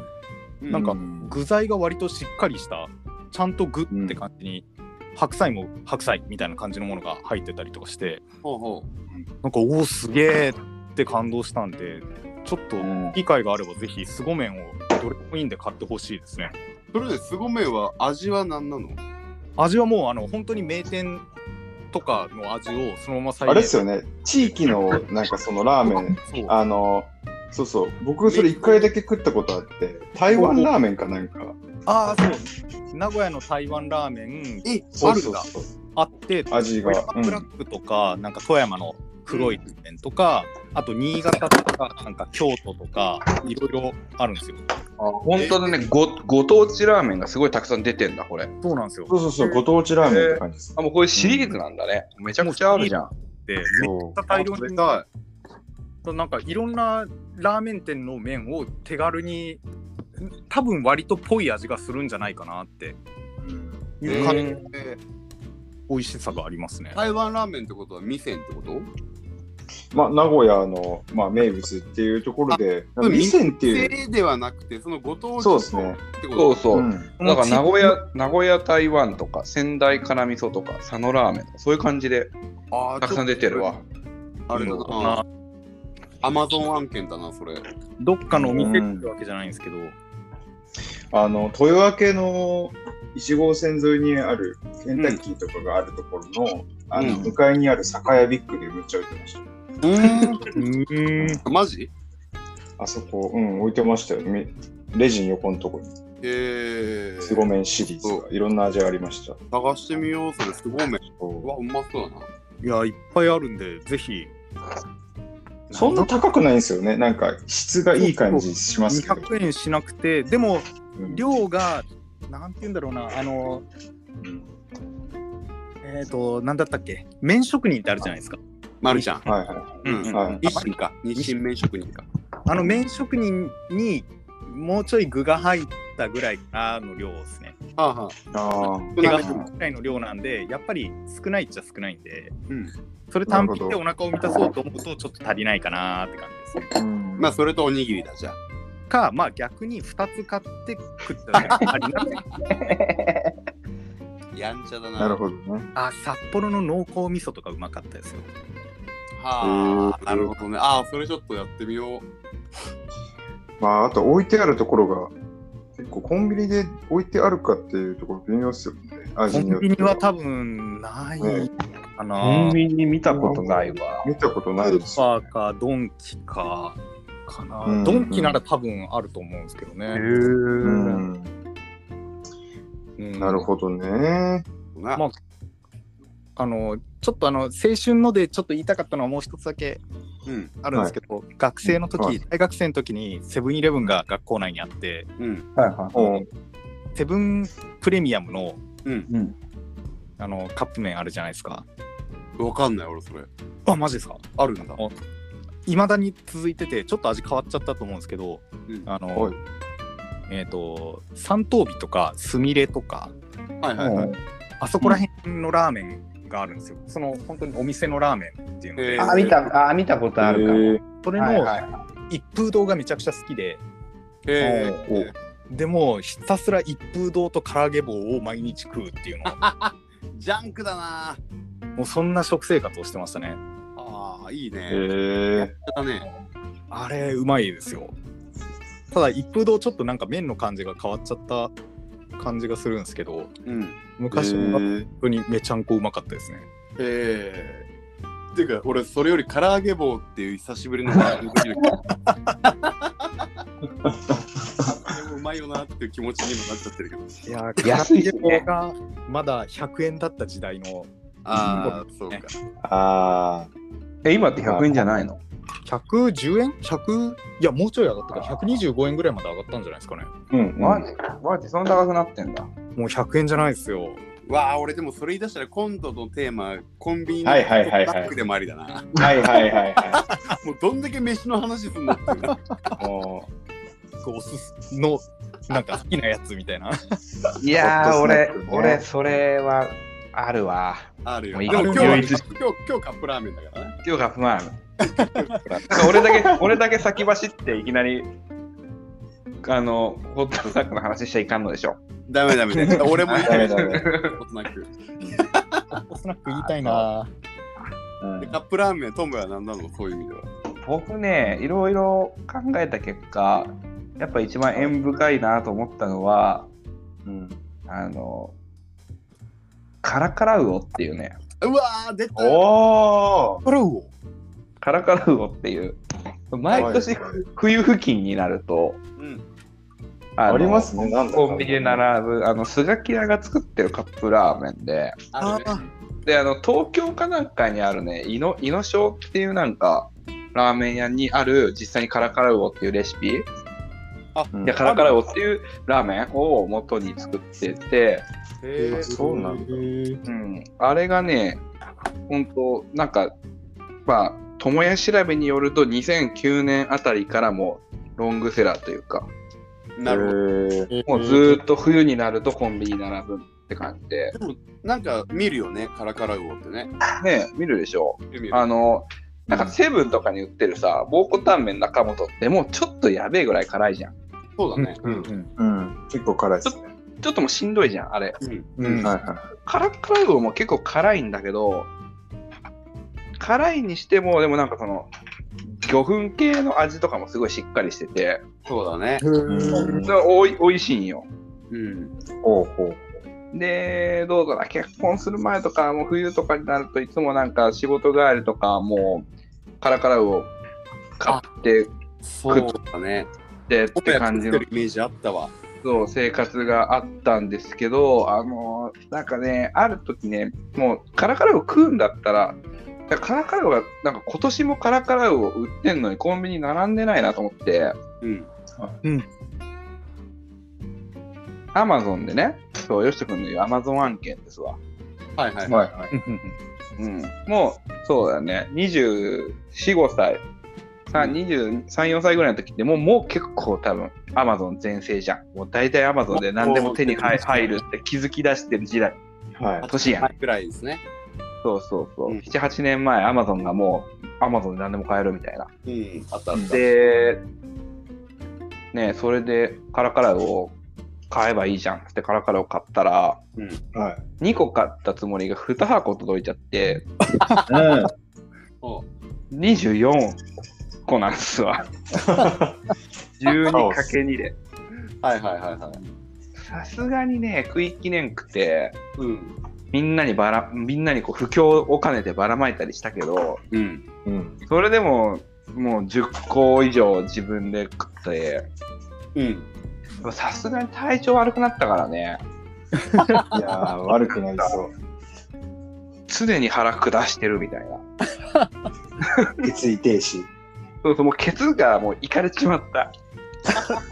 S2: うん
S4: なんか
S3: うん
S4: 具材が割としっかりしたちゃんと具って感じに白菜も白菜みたいな感じのものが入ってたりとかして
S2: ほうほ
S4: なんかおおすげえって感動したんでちょっと
S3: うん
S4: 機会があればぜひ凄麺をどれでもいいんで買ってほしいですね
S2: う。それで、すごめは味は何なの
S4: 味はもうあの本当に名店とかの味をそのまま再
S3: あれっす
S4: よ
S3: よね。地域のなんかそのラーメン、
S4: そう
S3: あの、そうそう、僕それ一回だけ食ったことあって、台湾ラーメンかなんか。
S4: ああそう名古屋の台湾ラーメン
S2: え、
S3: そう
S2: あるん
S3: そう
S2: だ。
S3: そう
S4: あって
S3: 味が
S4: 富山ブラックとか、なんか富山の黒い麺とか、あと新潟とかなんか京都とかいろいろあるんですよ
S1: 本当だねご、ご当地ラーメンがすごいたくさん出てんだ、これ。
S4: そうなんですよ
S3: そうそうそう、ご当地ラーメンって感じです。
S1: あ、もうこれシリーズなんだね。めちゃくちゃあるじゃん。
S4: でめっ
S3: そ
S4: ちゃ大量
S2: 食べ
S4: に
S2: た
S4: そうなんかいろんなラーメン店の麺を手軽に多分割とぽい味がするんじゃないかなって
S2: い。
S4: いう感じ、
S1: え
S2: えー
S4: 美味しさがありますね。
S2: 台湾ラーメンってことは店ってこと
S3: う。まあ、名古屋の、まあ、名物っていうところで、なんか店っていう。
S2: 店ではなくて、そのご当地
S3: そうですね。
S2: ってこ
S1: そうそう。
S2: と
S3: うん
S1: だから名古屋、名古屋台湾とか、仙台辛味噌とか、佐野ラーメンとか、そういう感じで
S2: あー
S1: たくさん出てるわ。。
S2: あれだな。アマゾン案件だな、それ。
S4: どっかのお店ってわけじゃないんですけど、
S3: あの豊明の1号線沿いにあるケンタッキーとかがあるところの,、あの
S2: うん
S3: 向かいにある酒屋ビッグでめっちゃ置いてました。
S4: うん
S2: マジ
S3: あそこ、うん、置いてましたよ。みレジの横のところに、
S2: へえ。
S3: すごめんシリーズがいろんな味ありました。
S2: 探してみよう、それ、すごめん。うわ、うまそうだな。
S4: いやいっぱいあるんでぜひ
S3: そんな高くないんですよね。なんか質がいい感じしますけど。
S4: 200円しなくてでも
S3: うん
S4: 量がなんて言うんだろうなあのえっ、となんだったっけ麺職人ってあるじゃないですか。
S2: まるちゃん。
S3: はいは
S2: うん
S3: い。はい
S2: 日清か。日清麺職人か。
S4: あの麺職人にもうちょい具が入ったぐらいかなの量ですね。
S2: はあはあ。
S3: ああ。
S4: 手が入ったぐらいの量なんで、やっぱり少ないっちゃ少ないんで、
S2: うん
S4: それ単
S3: な
S4: 品で
S3: る
S4: お
S3: ほ
S4: 腹を満たそうと思うとちょっと足りないかなって感じですね。
S3: うん
S2: まあ、それとおにぎりだ、じゃあ。
S4: か、まあ逆に2つ買って食ったらありなんで
S2: やんちゃだな。
S3: なるほどね。
S4: あ、札幌の濃厚味噌とかうまかったですよ。
S2: は
S3: う
S2: あ。
S3: ん
S2: なるほどね。ああ、それちょっとやってみよう。
S3: まあ、あと置いてあるところが結構コンビニで置いてあるかっていうところ微妙ですよね。
S4: コ
S3: 味によ
S4: ン
S3: って
S4: ビニは多分ないかな。
S1: コン
S4: ス
S1: ビニ見たことないわ。
S3: 見たことないです
S4: ーパ
S3: よ
S4: ーかドンキかかな、
S3: うん
S4: ドンキなら多分あると思うんですけどね。
S3: うん
S4: うん
S3: なるほどね。
S2: な
S4: まああのちょっとあの青春のでちょっと言いたかったのはもう一つだけ
S2: うん。
S4: あるんですけど、学生の時、
S3: はい
S4: 大学生の時にセブンイレブンが学校内にあって
S2: うん。
S1: はいは
S3: うん
S4: セブンプレミアムの
S2: うん。
S1: い。うん。
S4: あのカップ麺あるじゃないですか
S2: わかんない、俺、それ。
S4: あマジですか
S2: あるんだ。
S4: いまだに続いててちょっと味変わっちゃったと思うんですけど、
S2: うん
S4: あの、
S3: はい
S4: えっ、と三等日とかすみれとか
S2: はいはいはい。
S4: あそこら辺のラーメンがあるんですよ、その本当にお店のラーメンっていうので、
S2: へー
S1: あ、見た、あ、見たことあるかも。
S3: えー
S4: それ
S1: はい
S4: の
S1: はい
S4: 一風堂がめちゃくちゃ好きで、
S2: へ
S1: おうお
S2: え
S1: う。
S4: でもひたすら一風堂と唐揚げ棒を毎日食うっていうの
S2: ジャンクだな。
S4: もうそんな食生活をしてましたね
S2: ああ、いい
S3: え
S2: ね。
S3: ー
S2: だね。
S4: あれうまいですよただ一風堂ちょっとなんか麺の感じが変わっちゃった感じがするんですけど
S2: うん。
S4: 昔
S3: え
S4: は本
S3: ー
S4: 当にめちゃんこうまかったですね、
S2: へえ。っていうか、俺、それより唐揚げ棒っていう久しぶりのラーメンの時にあでもうまいよなっていう気持ちにもなっちゃってるけど。
S4: いや
S1: 安いしね
S4: がまだ100円だった時代の
S2: ああ、そうか。
S3: あ
S1: え、今って100円じゃないの
S4: 110円 ?100? いや、もうちょい上がったから、125円ぐらいまで上がったんじゃないですかね。
S3: あ、うん、うん。
S1: マジマジそんな高くなってんだ。
S4: もう100円じゃないですよ。
S2: わあ、俺でもそれ言い出したら今度のテーマ、コンビニの
S3: はいはいはいはい
S2: バッグでもありだな。 <laughs>
S3: はいはいはいは
S2: もうどんだけ飯の話すんだっていう。
S3: い。もう
S4: こうおすすの、なんか好きなやつみたいな。
S1: いやー、
S3: ホットスナッ
S1: 俺
S3: クね、
S1: 俺、それはあるわ。
S2: あるよ。
S1: もうい
S2: で
S1: い
S2: も今日は、
S1: 唯
S2: 今
S1: 一
S2: 日、今日カップラーメンだからね。
S1: っていうか、まあ、 <laughs> なんか俺だけ、俺だけ先走っていきなり、あの、ホットスナックの話しちゃいかんのでしょ。
S2: ダメダメダメ。俺も言い
S3: ダ
S2: た
S3: メ
S2: い
S3: ダメ。
S2: なく。
S4: スナック言いたいな。
S3: うん
S2: でカップラーメン、トムは何なのそういう意味では。
S1: 僕ね、いろいろ考えた結果、やっぱ一番縁深いなと思ったのは、
S3: うん
S1: あの、カラカラウオっていうね、
S2: うわー、出た
S3: おー
S4: これを
S1: カラカラウオっていう、毎年
S3: はい
S1: 冬付近になると、
S2: うん。
S1: あ
S3: あ
S1: の
S3: りますね、なんだ
S1: コンビニで並ぶ、あの、スガキ屋が作ってるカップラーメンで、
S2: あるね。
S1: で、あの、東京かなんかにあるね、いの、いのしょうっていうなんか、ラーメン屋にある実際にカラカラウオっていうレシピ、
S3: うん
S1: いやカラカラウオっていうラーメンを元に作ってて、
S2: へー
S3: そうなん
S1: う
S3: だ。
S1: ん、あれがね、本当なんか、まあ、友也調べによると2009年あたりからもロングセラーというか、
S2: なるほど。
S3: へー
S1: もうずーっと冬になるとコンビニ並ぶって感じで、
S2: なんか見るよね、カラカラ魚ってね。
S1: ねえ見るでしょ
S2: 見る
S1: あの、なんかセブンとかに売ってるさ、蒙古タンメン中本ってもうちょっとやべえぐらい辛いじゃん。
S2: そうだね。
S4: うん
S3: うん、結構辛いですね。
S1: ちょっともうしんどいじゃん、あれ。
S2: うん。
S4: うん
S3: はいは
S1: 辛くないも結構辛いんだけど辛いにしてもでもなんかその魚粉系の味とかもすごいしっかりしてて
S2: そうだね。
S3: うん
S1: それおい美味しいんよ
S2: うん。
S3: い。ほうほう。
S1: でどうだろう結婚する前とかもう冬とかになるといつもなんか仕事帰りとかもうカラカラを買って
S2: そうだね。
S1: ってって感じ
S2: て
S1: の
S2: るイメージあったわ。
S1: そう生活があったんですけど、あのなんかね、ある時ね、もうカラカラを食うんだったら、だからカラカラが、なんか今年もカラカラを売ってんのにコンビニ並んでないなと思って、
S2: うん。
S1: アマゾンでね、そう、よしとくんの言うアマゾン案件ですわ。
S2: はいはい。
S3: はいはい。
S1: うん。もう、そうだね、24、5歳、さ23、4歳ぐらいの時って、もうもう結構多分、アマゾン全盛じゃん。もう大体アマゾンで何でも手に入入るって気づき出してる時代、
S3: はい。
S1: 年やん。
S2: ぐらいですね。
S1: そうそうそう。
S2: うん
S1: 7、8年前、アマゾンがもう、アマゾンで何でも買えるみたいな。
S2: うん。あったあった。
S1: で、ねそれでカラカラを買えばいいじゃんっつってカラカラを買ったら、
S3: はい。
S1: 2個買ったつもりが2箱届いちゃって、
S3: うん。
S2: お
S1: 24個なんす <laughs> わ。12×2 で。
S2: はいはいはいはい。
S1: さすがにね、食いきれんくて、
S2: うん。
S1: みんなにばら、みんなにこう不況を兼ねてばらまいたりしたけど、
S2: うん。
S3: うん。
S1: それでも、もう10個以上自分で食って、
S2: うん。
S1: でもさすがに体調悪くなったからね
S3: いやー、悪くなりそ
S1: 常に腹下してるみたいな
S3: う。決意停止。
S1: そうそうもうケツがもういかれちまった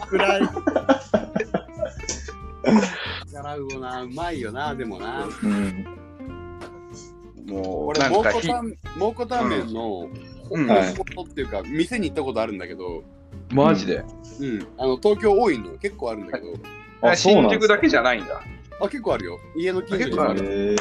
S2: 暗い。ガラウオな、うまいよな、でもな。
S3: うん。
S1: もう
S2: 俺、
S1: なん
S2: 蒙
S1: か
S2: 古
S1: ひ
S2: タン、蒙古タンメンの、
S1: うん
S3: はい
S2: 本当っていうか、店に行ったことあるんだけど、
S1: マジで、
S2: うん。あの、東京多いのよ結構あるんだけど、
S1: 新宿だけじゃ
S3: ない。
S1: ないんだ
S2: あ、結構あるよ。家の近所に
S1: 結
S2: も
S1: 構
S2: あ
S1: あ
S2: る。
S3: へー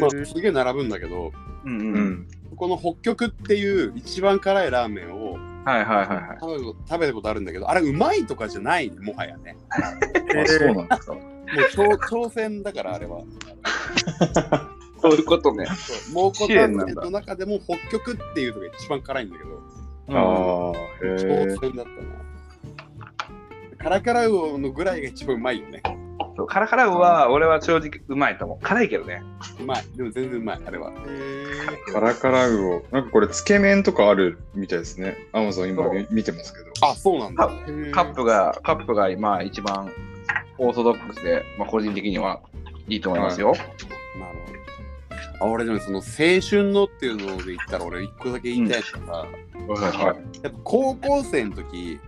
S2: まあ、すげえ並ぶんだけど、
S1: うん
S3: う
S1: うん、
S3: ん。
S2: この北極っていう一番辛いラーメンを
S1: はいはいはいはい
S2: 食べる食べたことあるんだけど、あれうまいとかじゃないね、もはやね。
S3: あ、そうなんですか。
S2: <laughs> もう挑挑戦だから、あれは。
S1: そういうことね
S2: そう蒙古タンメンの中でも北極っていうのが一番辛いんだけど、
S3: ああ、へえ
S2: 挑。戦だったな。カラカラ魚のぐらいが一番うまいよね。
S1: そうカラカラウは俺は正直うまいと思う辛いけどね
S2: うまい。でも全然うまい、あれは。
S3: カラカラウオ。なんかこれ、つけ麺とかあるみたいですね。アマゾン今
S1: そう
S3: み見てますけど。
S2: あ、そうなんだ。
S1: カップがカップが今一番オーソドックスで、まあ、個人的にはいいと思いますよ、
S2: なるほど。あ俺でもその青春のっていうので言ったら俺一個だけ言いたいのがさ、
S1: はいはい
S2: やっぱ高校生の時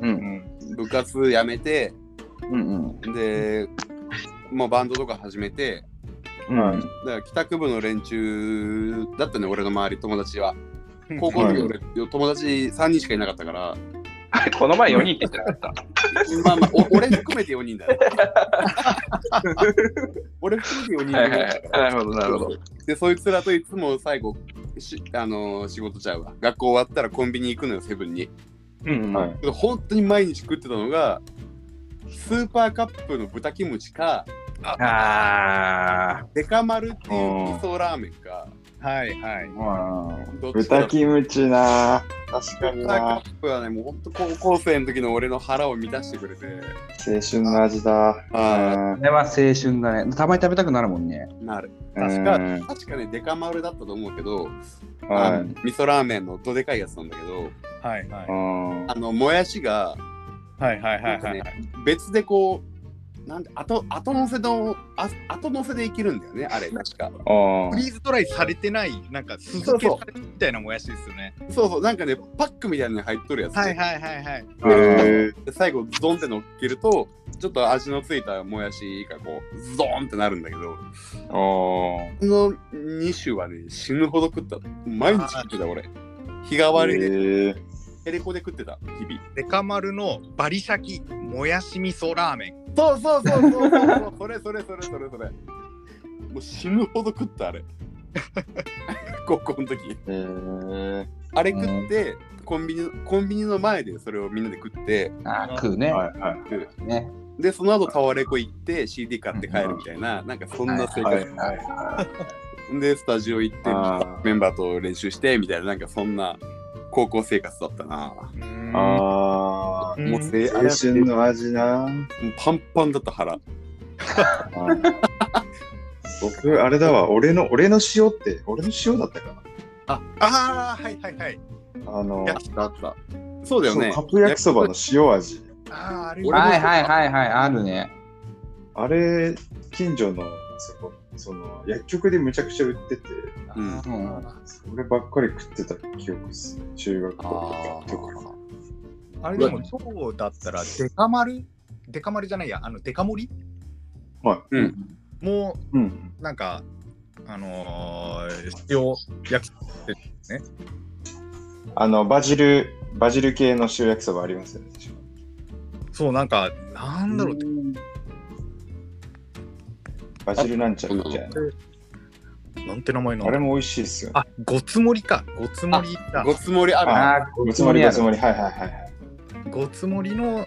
S1: う
S3: うんん。
S2: 部活辞めて
S1: うんうん <laughs>
S2: で、まあ、バンドとか始めて
S1: うん
S3: はい
S2: だから帰宅部の連中だったね俺の周り友達は高校の時俺、友達3人しかいなかったから
S1: あれこの前4人って言ってなかった
S2: まあまあお <laughs> 俺含めて4人だね俺含めて4
S1: <laughs>
S2: 人
S1: はいは
S2: だ
S1: い
S2: ね
S1: はいなるほどなるほど
S2: でそいつらといつも最後しあのー仕事ちゃうわ学校終わったらコンビニ行くのよセブンに
S1: うんうん
S3: はい。
S2: けど本当に毎日食ってたのがスーパーカップの豚キムチか
S1: あ
S2: デカ丸っていう
S3: うん
S2: 味噌ラーメンか
S4: はいはい。
S1: あ
S2: どっちかだ
S3: 豚キムチなぁ確かに
S2: スーパーカ
S3: な
S2: ップはねもう本当高校生の時の俺の腹を満たしてくれて
S3: 青春の味だ。
S2: あ
S1: あれは青春だねたまに食べたくなるもんね
S2: なる
S3: うん
S2: 確か
S3: うん
S2: 確かねデカ丸だったと思うけど、あ
S3: は
S2: の
S3: い。
S2: 味噌ラーメンのどでかいやつなんだけど
S4: はいはい。
S3: うん
S2: あのもやしが
S4: はいはいはい
S2: な
S4: は
S2: ん
S4: い
S2: か。別でこうなんで後後乗せのあ後乗せでいけるんだよねあれ確か
S3: あ
S4: フリーズドライされてない、なんか酢漬けされたみたいなもやしですよね。
S2: そうそうなんかねパックみたいなのに入っとるやつね、
S4: はいはいはい。
S3: あ。へ
S2: で最後ズドンって乗っけるとちょっと味のついたもやしがこうズドンってなるんだけど
S3: ぇ。あ
S2: この2種はね死ぬほど食った毎日食ってた俺日替わりで
S3: ー。へー
S2: テレコで食ってた日々
S4: デカ丸のバリシャキもやし味噌ラーメン。
S2: そうそうそうそうそうそう <laughs> それそれそれそれそれもう死ぬほど食ったあれ <laughs> 高校の時
S3: へー。
S2: あれ食って、コンビニコンビニの前でそれをみんなで食って
S1: あー食うね、
S3: はいはい。
S1: ね
S2: でその後タワレコ行って CD 買って帰るみたいな、なんかそんな生活、
S3: はいはいはい。
S2: でスタジオ行って
S3: あー
S2: メンバーと練習してみたいななんかそんな高校生活だったな、
S3: ああ。
S4: うん
S2: もうせあ
S3: 青
S2: れ
S3: 春の味な
S2: もうパンパンだった腹
S3: ぁ。僕、あれだわ。俺の、俺の塩って、俺の塩だったか
S4: ああはいはいはい。
S3: なあの、
S2: だったそうだよね
S3: そうカップ焼きそばの塩味。
S4: あああれ
S2: 俺も
S1: はいはいはいはいあるね
S3: あれ、近所のそこその薬局でむちゃくちゃ売ってて、
S2: う
S1: う
S2: ん
S1: ん
S3: そればっかり食ってた記憶です。中学校
S2: あ
S3: とか特に。
S4: あれでもそうだったらデカ丸デカ丸じゃないやあのデカ盛り
S3: はい
S2: うん
S4: も
S3: うん。
S4: うなんかあのー、塩焼き
S3: あの、バジル、バジル系の塩焼きそばありますよね。
S4: そうなんかなんだろう
S3: バジルなんちゃらみたいな。
S4: なんて名前な
S3: あれ
S4: の
S3: も美味しいっすよね。
S4: あごつ盛りかごつ盛りだ
S2: ごつ盛りある
S3: あ
S1: あ
S3: ご
S1: ご
S3: つ
S1: つ
S3: も
S1: 盛
S3: り
S1: り
S3: ご
S1: あ
S3: つ
S1: る
S3: もり。はいはいはいはい。
S4: ごつ盛りの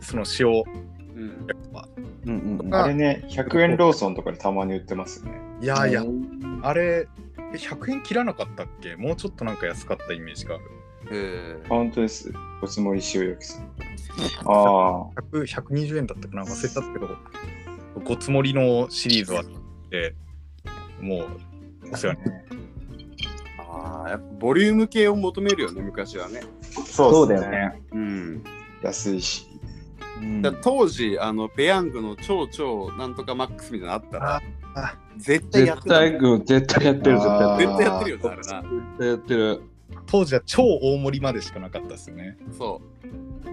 S4: その塩
S2: うん
S4: 焼きそば
S1: うんうんうん
S3: あれね、100円ローソンとかでたまに売ってますよね。
S4: いやいや、
S1: うん
S4: あれえ100円切らなかったっけもうちょっとなんか安かったイメージがある
S2: え
S3: あ本当です。ごつもり塩焼きそば。あ
S4: 100 120円だったかな忘れたけどごつ盛りのシリーズはあってもうお世話に
S2: ー、あーやっぱボリューム系を求めるよね昔はね
S3: あ。
S1: そ
S3: そう
S1: だよ。ね
S2: うん
S3: 安いし。
S1: うん
S2: だから当時あのペヤングの超超なんとかマックスみたいなのあったら
S4: ああ
S2: 絶対やっ
S1: 絶
S2: てた
S1: 対うん絶対やってる絶対やってる
S2: 絶対やってるよねあれな
S1: 絶対やってる
S4: 当時は超大盛りまでしかなかったですよね。
S2: そう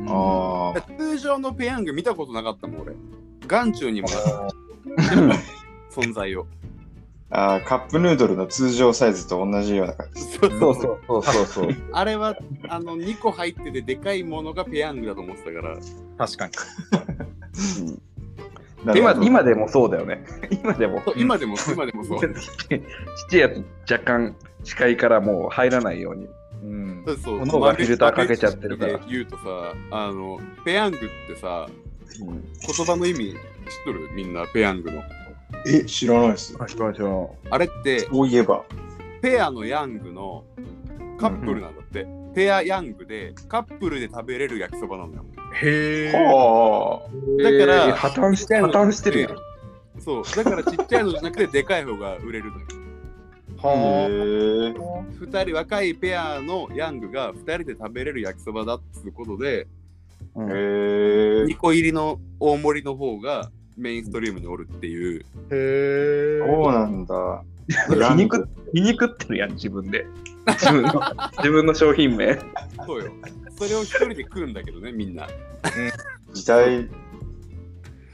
S1: あ
S3: あ
S2: だから通常のペヤング見たことなかったもん俺眼中にもなかっ
S1: ー
S2: た存在を
S3: あ。ああ、カップヌードルの通常サイズと同じような感じ。
S2: そう
S1: そうそうそうそうそう
S2: あれはあの2個入っててでかいものがペヤングだと思ってたから
S4: 確かに。
S3: <laughs> なるほ
S1: 今
S3: ど
S1: 今でもそうだよね今でも
S2: そう今でも今で
S1: <laughs>
S2: もそう
S1: ちっちゃいやつ若干視界からもう入らないように
S4: うん
S2: そうそう
S1: 脳がフィルターかけちゃってるから
S2: マルチで言うとさあのペヤングってさ言葉の意味知っとるみんなペヤングの
S3: え、知らないです。
S1: 一番一番
S2: あれって
S3: そういえば。
S2: ペアのヤングのカップルなんだって、ペアヤングでカップルで食べれる焼きそばなんだよ
S4: へへえ。
S3: は
S4: だから
S1: えー破綻して破綻してるやん。
S2: そうだからちっちゃいのじゃなくてでかい方が売れるのよ
S3: あ。へえ。
S2: 2人若いペアのヤングが2人で食べれる焼きそばだっつうことで
S1: うん
S3: へえ
S2: 2。個入りの大盛りの方がメインストリームにおるっていう
S4: へえ。
S3: そうなんだ。
S1: 皮肉皮肉ってるやん自分で自 <laughs> 分の自分の商品名
S2: そうよそれを1人で食うんだけどねみんな
S3: 時代、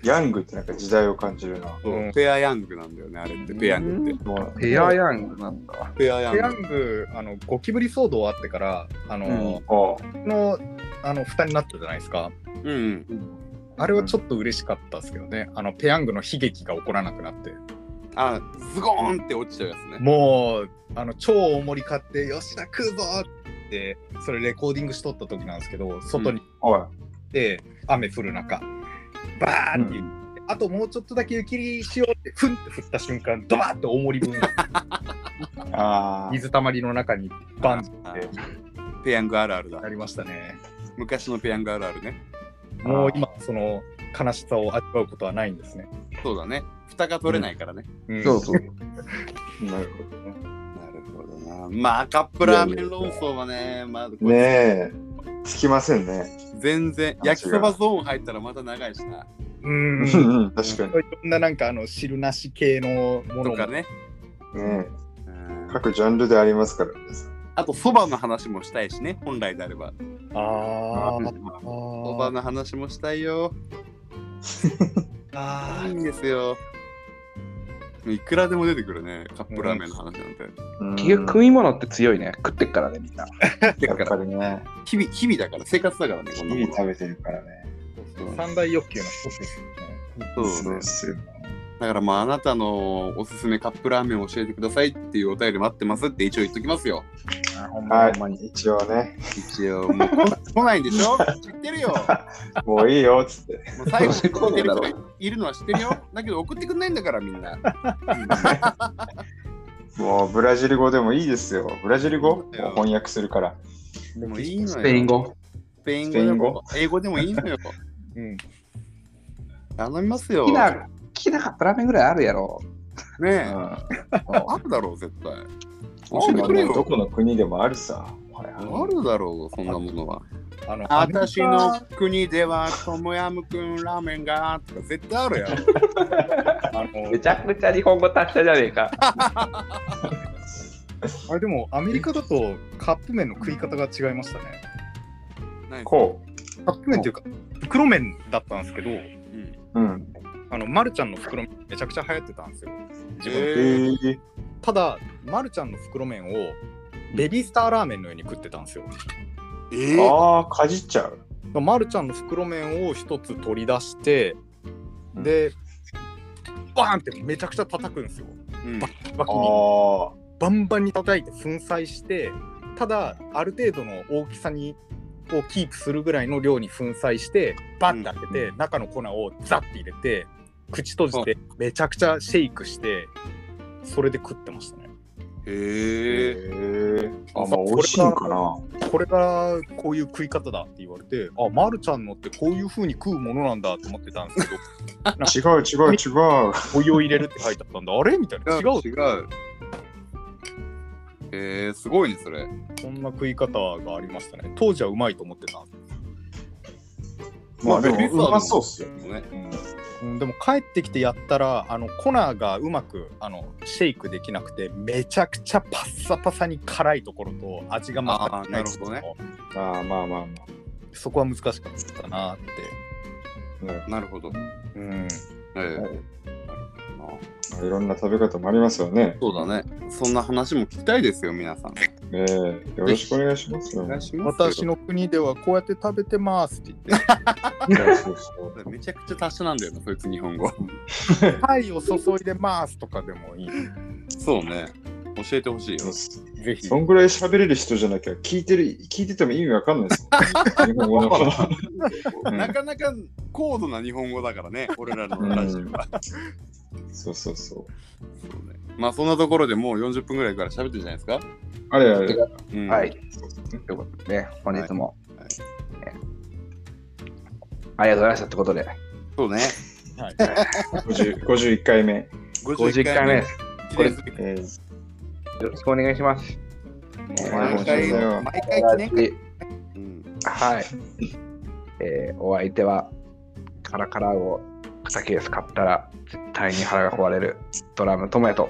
S3: ヤングってなんか時代を感じるな。
S2: そう
S4: うん
S2: ペアヤングなんだよねあれってペアヤングって
S3: そうなんだ
S1: ペアヤングなんだ
S2: ペアヤン
S4: ペヤ
S2: グ
S4: ング、あの、ゴキブリ騒動あってから、あの、
S3: あ
S4: の、あの、蓋になったじゃないですか。
S2: うんうん
S4: あれはちょっと嬉しかったですけどね。あの、ペヤングの悲劇が起こらなくなって。
S2: あズゴーンって落ちちゃうやつね
S4: もう、あの、超大盛り買って、よっしゃ、食うぞって、それレコーディングしとった時なんですけど、外に行
S3: あ。はい。
S4: って、雨降る中、バーって言って、あともうちょっとだけ湯切りしようって、ふんって振った瞬間、ドバーって大盛り分、
S3: ああ。
S4: 水たまりの中にバンって
S2: あペヤングあるあるだ
S4: なりましたね。
S2: 昔のペヤングあるあるね
S4: もう今、その悲しさを味わうことはないんですね。
S2: そうだね蓋が取れないからね、
S4: うん
S1: そうそう
S3: なるほどね。
S2: なるほどなまあカップラーメン論争はねまだこれ
S3: ねえ。つきませんね。
S2: 全然焼きそばゾーン入ったらまた長いしな
S4: うん。
S3: う
S4: いろ
S3: んうん、確か
S4: んななんかあの汁なし系のもの
S2: と
S4: も
S2: かね
S3: に。ねえ
S2: うん
S3: 各ジャンルでありますからです。
S2: あとそばの話もしたいしね本来であれば
S4: あーあ
S2: そば
S4: ー。
S2: の話もしたいよ
S4: あ
S2: いいんですよいくらでも出てくるねカップラーメンの話なんて、
S1: 結局食い物って強いね食ってっからねみんな
S2: て
S3: やっ
S2: か
S3: ぱ
S2: ら
S3: りね、
S2: 日々日々だから生活だからねこんなもの
S3: 日々食べてるからね。
S4: ー三大欲求の一つですね。
S2: そうね
S3: っすよ。
S2: だからもうあなたのおすすめカップラーメンを教えてくださいっていうお便り待ってますって一応言っときますよ
S3: はい、一応ね、
S2: 一応もう来ないんでしょ知ってるよ
S3: もういいよっつって。
S2: もう最
S1: どう
S2: 後に聞い
S1: せ
S2: て
S1: 来ねえ
S2: る
S1: だろ
S2: 人がいるのは知ってるよだけど送ってくんないんだからみんな
S3: もうブラジル語でもいいですよ。ブラジル語を
S2: そうだよ
S3: 翻訳するから。
S2: もういいのよ
S1: スペイン語
S2: スペイン語
S3: スペイ
S2: で
S3: ン
S2: も
S3: 語
S2: 英語でもいいの
S3: <laughs>
S2: よ
S4: うん。
S2: 頼みますよ
S1: 好きな
S2: ね
S1: 好きなカップラーメンぐらいあるやろ
S3: う
S2: え
S3: ん。
S2: あるだろう絶対
S3: そ
S2: 教え
S3: ん
S2: て
S3: な
S2: くれ
S3: もんど
S2: よ
S3: この国でもあるさ。はい
S2: あるだろうそんなものは
S4: あの
S2: 私の国ではトムヤムクンラーメンがとか絶対あ
S3: <laughs>
S2: るやん
S4: あの
S1: めちゃくちゃ日本語達者じゃねえか
S4: あれでもアメリカだとカップ麺の食い方が違いましたね。
S2: 何
S3: こ
S4: カップ麺というか袋麺だったんですけど、
S2: うん
S3: う。うん。
S4: あのマルちゃんの袋麺めちゃくちゃ流行ってたんですよ。自分
S2: え
S3: え
S2: ー
S3: ー、
S4: ただマルちゃんの袋麺をベビースターラーメンのように食ってたんですよ。
S2: えー
S3: ああ、かじっちゃう。
S4: マルちゃんの袋麺を一つ取り出して、
S3: うん
S4: でバーンってめちゃくちゃ叩くんですよ。
S2: うん
S4: バキバキに
S3: あ
S4: バンバンに叩いて粉砕してただある程度の大きさにをキープするぐらいの量に粉砕してバッて開けて、中の粉をザッて入れて口閉じてめちゃくちゃシェイクしてそれで食ってましたね。
S3: あ。
S2: へえ
S3: へえ。あ、まあ、美味しいんかな。
S4: これがこういう食い方だって言われてあマルちゃんのってこういう風に食うものなんだと思ってたんですけ <laughs> ど
S3: 違う違う違う。
S4: お湯を入れるって書いてあったんだあれみたいな違う
S2: 違うえー、すごいねそれ
S4: そんな食い方がありましたね当時はうまいと思ってた
S3: まあで
S2: ベビースター
S3: も、うまそうっすよ。
S2: ね
S3: うん
S4: うんでも帰ってきてやったらあの粉がうまくあのシェイクできなくてめちゃくちゃパッサパサに辛いところと味がまた
S2: あーなるほどね
S3: ああ、まあまあま
S4: そこは難しかったなって
S3: あ。なる
S2: なるほど、
S4: うん
S2: えー
S3: はい
S2: なるほどな
S3: ほどいろんな食べ方もありますよね。
S2: そうだねそんな話も聞きたいですよ皆さん
S3: ねえ、よろしくお願いしますよ。
S2: お願いしますよ
S4: 私の国ではこうやって食べてますって言って
S3: そうそう
S2: めちゃくちゃ達者なんだよな、そいつ日本語。 <laughs>
S4: 愛を注いでますとかでもいい
S2: そうね。教えてほしいよ。
S4: ぜひ
S3: そんぐらい喋れる人じゃなきゃ聞いてる聞いてても意味わかんないですよ。日本語のうん
S2: なかなか高度な日本語だからね、俺らのラジオは。
S3: そうそうそう。
S2: そうねまあそんなところでもう40分ぐらいから喋ってるじゃないですか。
S3: あれあれ。
S2: うん
S1: はい。ということでね本日も、
S2: は
S1: ねありがとうございましたってことで、
S2: そうね。
S3: 50 51回目、
S1: 50回目です。
S2: 記念すべき。
S3: えー
S1: よろしくお願いします。
S2: 毎回、毎回記念会。うん
S1: はい。えーお相手は、カラカラを片ケース買ったら、絶対に腹が壊れる、ドラムトモヤと。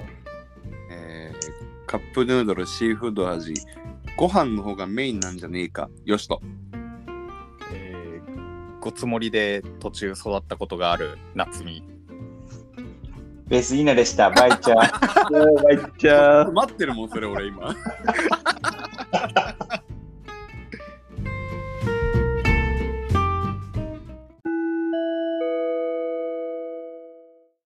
S2: えーカップヌードル、シーフード味。ご飯の方がメインなんじゃねえか。よしと。
S4: えーごつもりで途中育ったことがある夏美
S5: ベースイーナでした。バイチャー。
S1: じゃあ、
S2: 待ってるもん、それ俺今。